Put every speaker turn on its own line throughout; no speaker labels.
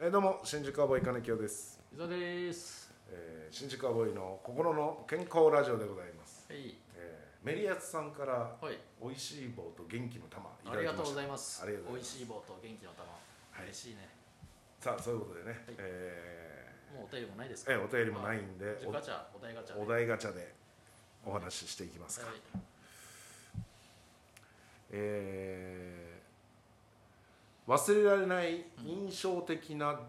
えーどうも新宿アボイ金清です、
伊沢です
えー新宿アボイの心の健康ラジオでございます、
はい
えーメリアツさんから
はい
美味しい棒と元気の玉い
あ
た
り
だ
が
きま
とうご
し
ざ
た
います
ありがとうございます
美味しい棒と元気の玉、
い
嬉しいね
さあそういうことでね、
はい
え
もうお便りもないです
ー
か
えーお便りもないんで
じゃあガチャお題ガチャ
おお題ガチャでお話ししていきますか、
はい
えー忘れられない印象的な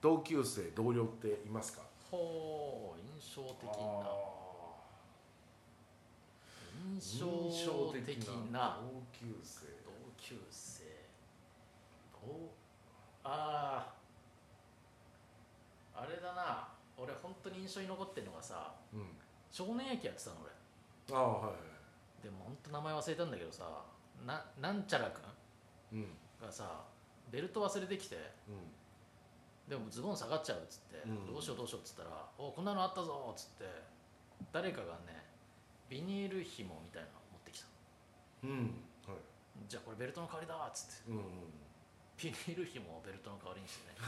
同級生、同僚っていますか
ほう印象的な
あー
印象的な
同級生
同級生どうあああれだな俺本当に印象に残ってるのがさ
うん
少年野球やってたの俺
ああはいは
でも本当名前忘れたんだけどさななんちゃらくん
いうんうん
がさベルト忘れてきてでもズボン下がっちゃうっつって、
うん
どうしようどうしようっつったら「おこんなのあったぞ」っつって誰かがねビニール紐みたいなの持ってきた
うんはい
じゃあこれベルトの代わりだっつって
うんうん
ビニール紐をベルトの代わりにしてね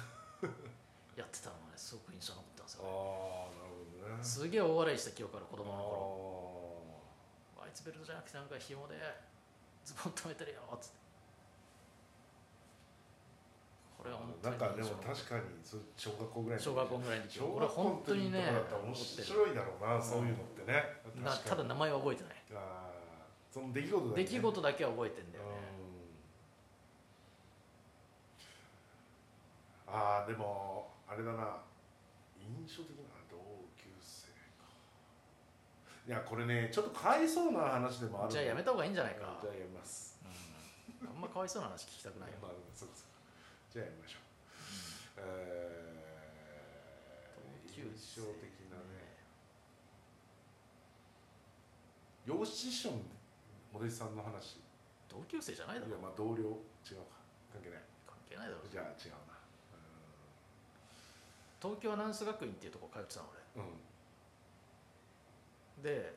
やってたのがねすごく印象に残ってます
ああなるほ
よ
どね
すげえ大笑いした記憶ある子
あ
供の頃あいつベルトじゃなくてなんか紐でズボン止めてるよっつってこれは
ー
本当
な
に
んかでも
印象に残って
確かにそれ小学校ぐらいの時
小学校ぐらいの時
小
俺
学校の
本当にね
時とかだったら面白いだろうな、そういうのってね
な
確か
た
に
だ名前は覚えてない
あーその出来事だよね
出来事だけは覚えてんだよね
うんああでもあれだな印象的な同級生かいやこれねちょっとかわいそうな話でもある
じゃあやめた方がいいんじゃないか、
じゃあやめます
うんあんまかわいそうな話聞きたくないよ
まあそうですじゃあやめましょう、えー、
同級
印
生
象的なね養子師匠のお弟子さんの話い
同級生じゃないだ
や
ろ
まあ同僚違うか関係ない
関係ないだろ
じゃあ違う
東京アナウンス学院っていうとこ通ってたの
なうんうん
俺で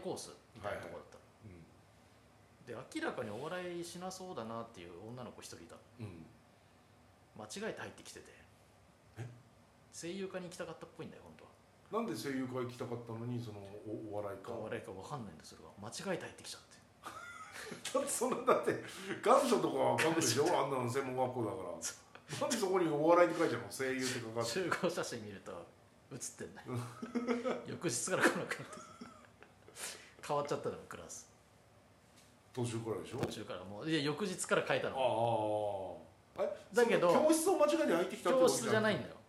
お笑いコースみたいなとこだった、
う
で明らかにお笑いしなそうだなっていう女の子一人いた
んうん
間違えて入ってきてて声優科に行きたかったっぽいんだよ本当は
なんで声優会行きたかったのにそのおお笑いか
お笑いかわかんないんだそれは間違えて入ってきちゃ
だ
って
ってそんなだって 願書とかは書くでしょあんなの専門学校だからなんでそこにお笑いって書いてあるの声優って書かって
集合写真見ると写ってんだよ翌日から来なくなって変わっちゃったのクラス
途中からでしょ
途中からもういや翌日から変えたの
ああああえ
だけど
その教室を間違えて入ってきたって
教室じゃないいんだよ
だか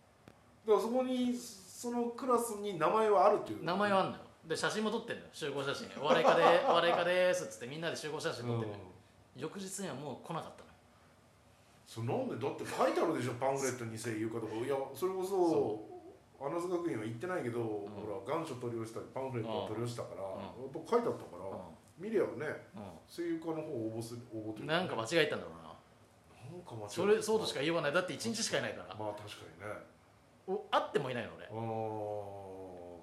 らそこにそのクラスに名前はあるっていう
名前はあんのよで写真も撮ってんのよ集合写真お笑い家でお笑い家ですっつってみんなで集合写真撮ってんのよ、翌日にはもう来なかったのよ
それなんでだって書いてあるでしょパンフレットに声優かとかいやそれこそアナウンス学院は行ってないけど、ほら願書取り寄せたりパンフレットを取り寄せたから、
ん
やっぱ書いてあったから、見りゃね
うん、
声優科の方応募する応募とい
うん、
う
なんか間違えたんだろうな
なんか間違えた
それそうとしか言わないだって1日しかいないから
まあ確かにね
お会ってもいないの俺
あ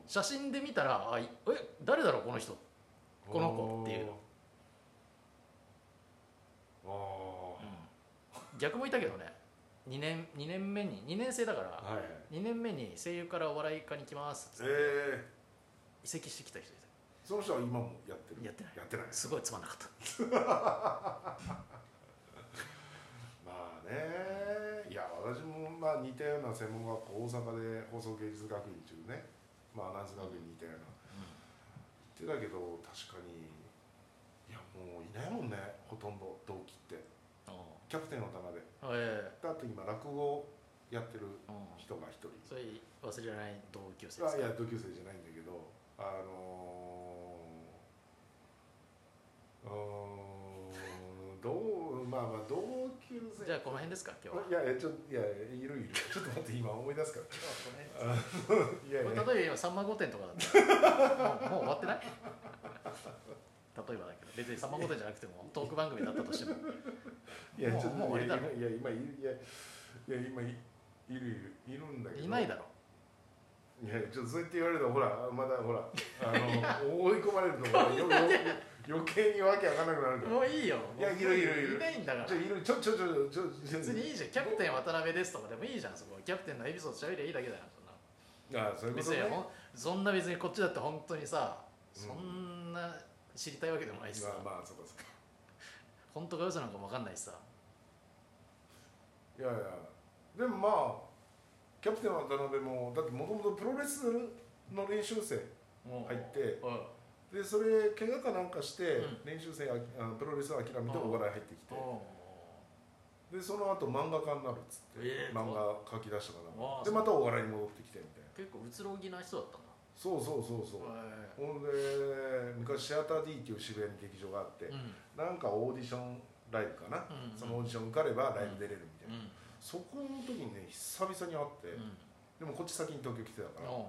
ー
写真で見たらあいえ誰だろうこの人この子っていう
あーあ
うん逆もいたけどね2年2年目に2年生だから
ーはい
2年目に声優からお笑い科に来ますっつって
ええ
移籍してきた人い
その人は今もやってる
やってない
やってない
たすごいつまんなかった
まあねいや私もまあ似たような専門学校大阪で放送芸術学院っていうねまあアナウンス学院に似たような、言ってたけど確かにいやもういないもんねほとんど同期って
う
キャプテンの棚で
んえ
であと今落語やってる
えうん
人が一人
それ忘れられない同級生で
あ
す
い
か
や同級生じゃないんだけどあのー、うーんどうまあまあ同級生
じゃあこの辺ですか今日は。
いやいやちょっといやいやいるいる ちょっと待って今思い出す からいやいや
これ例えば今三万五点とかだったらもうもう終わってない例えばだけど別に三万五点じゃなくてもトーク番組だったとしても
いや
もう
ちょっと
もう終わりだろ
いやいや今いるいやいや今いいるいるいるんだけど
いないだろ
いやちょっとそうやって言われるとほらまだほらあの追い込まれるとほらよよ余計にわけわかんなくなるから
もういいよ
いやいるいるいる
いないんだから
ちょいるちょちょちょちょちょ
別にいいじゃんキャプテン渡辺ですとかでもいいじゃんそこはキャプテンのエピソード喋りゃいいだけだよそんな
ああそういうこ
別
と
に
ね
ほんそんな別にこっちだって本当にさそ
うん
んな知りたいわけでもないしさ、
まあまあそうかそうか
本当か嘘なんかも分かんないしさ
いやいやでもまあキャプテン渡辺もだってもともとプロレスの練習生
もう
入って
うん
でそれ怪我かなんかして、
うん
練習生ああのプロレスを諦めて
うん
お笑い入ってきて
おう
でその後漫画家になるっつって、
ええ
漫画描き出したから
ああ
でまたお笑いに戻ってきてみたいな
結構移ろぎな人だったんだ
そうそうそうそう、
へ
ほんで昔シアター D っていう渋谷に劇場があって
えうん
なんかオーディションライブかな、
うん
そのオーディション受かればライブ出れるみたいな、
うん
そこの時にね久々に会って、
うん
でもこっち先に東京来てたから
お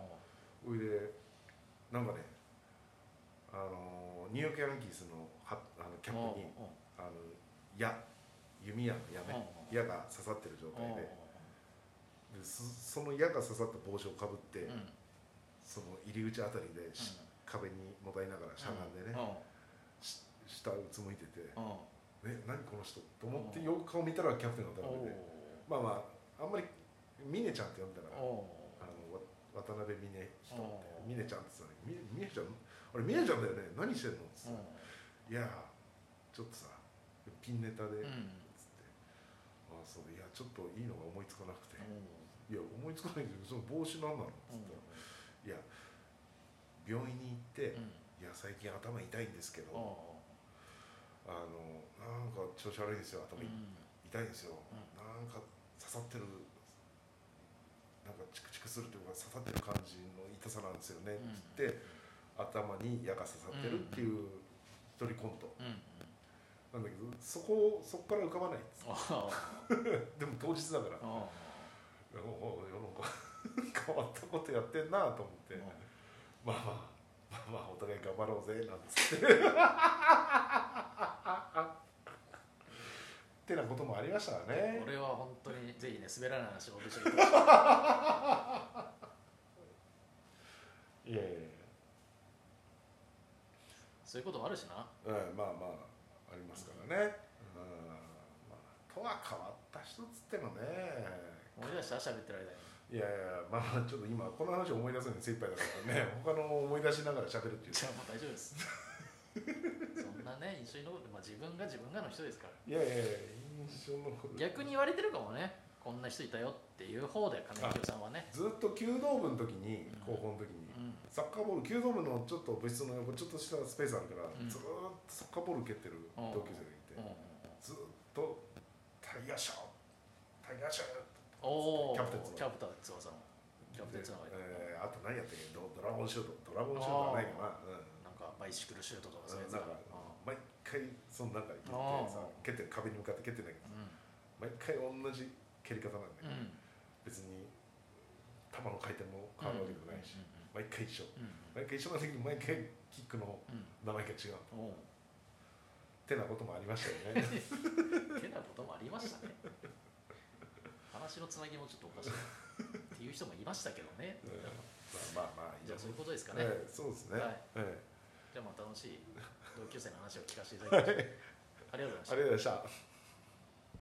そ
う
れでなんかねあのニューヨークヤンキースのはあのキャップに
おう
あの矢弓矢の矢ね
おう
矢が刺さってる状
おう
態ででそその矢が刺さった帽子をかぶって、
うんうん
その入り口あたりでし、壁にもたれながらしゃがんでね、
う
し下うつむいてて
んうん
「え何この人?」と思ってよく顔見たらキャプテン
お
の渡辺
う
でまあまああんまりミネちゃんって呼んだから
おう
あのわ渡辺ミネ人って
う
ミ
ん
ネちゃんって言ってたのにミネミネちゃんあれミネちゃんだよね何してんの?」っつって「いやちょっとさピンネタで」っ
うん
つって「あそういやちょっといいのが思いつかなくて
お」
「いや思いつかないけどその帽子何なの?」っつ
う
ったら
おう
「いや病院に行って、
うん
いや最近頭痛いんですけど、
おう
あのなんか調子悪いんですよ頭痛い
うん
痛いんですよ、
うん
なんか刺さってるなんかチクチクするというか刺さってる感じの痛さなんですよね、って言って頭に矢が刺さってるっていう一人コント
うんうん
なんだけどそこそこから浮かばないっつ
おう
ってでも当日だから
おう
おお世の中 変わったことやってんなと思って、
おう
まあまあまあまあお互い頑張ろうぜなんつってってなこともありましたからね
俺は本当にぜひね滑らない話を僕にしてほしい
いやいやい
そういうこともあるしな
や、うん、まあまあありますからね、うんまあ、とは変わった人っつってもね
思い出した喋ってる
い
間に
やいやまあちょっと今この話を思い出すのに精一杯だからね 他の思い出しながら喋るっていう
じゃあもう大丈夫ですそんなね印象に残る、まあ、自分が自分がの人ですから
いやいやいや印象のこと
逆に言われてるかもねこんな人いたよっていう方で金清さんはね
ずっと弓道部の時に
うん
高校の時に、
うん
サッカーボール弓道部のちょっと部室の横ちょっとしたスペースあるから、
うん
ずーっとサッカーボール蹴ってる同級生がいて、
うん
ずーっと「タイヤショータイヤショー!」
おお
キャプテン翼
キャプテン翼のキャプテン翼がいて
えーあと何やったっけドドラゴンシュートドラゴンシュートはないかな、うん
なんかバイシクルシュートとかそういうやつ
だ
が
から毎回その中に行ってさ
あ
蹴ってる壁に向かって蹴ってんだけど毎回同じ蹴り方なんだけ
うん
ど、別に球の回転も変わるわけでもないし、毎回一緒
うんう
毎
ん
回一緒なんだけど毎回キックの
うん
名前が違う
うんうんおう
てなこともありました よね
てなこともありました ね話のつなぎもちょっとおかしいっていう人もいましたけどね
うんまあまあまあいい
じゃあそういうことですかね、
ええそうですね、
はい
え
じゃあまあ楽しい同級生の話を聞かせていただきましたありがとうございました
えありがとうございました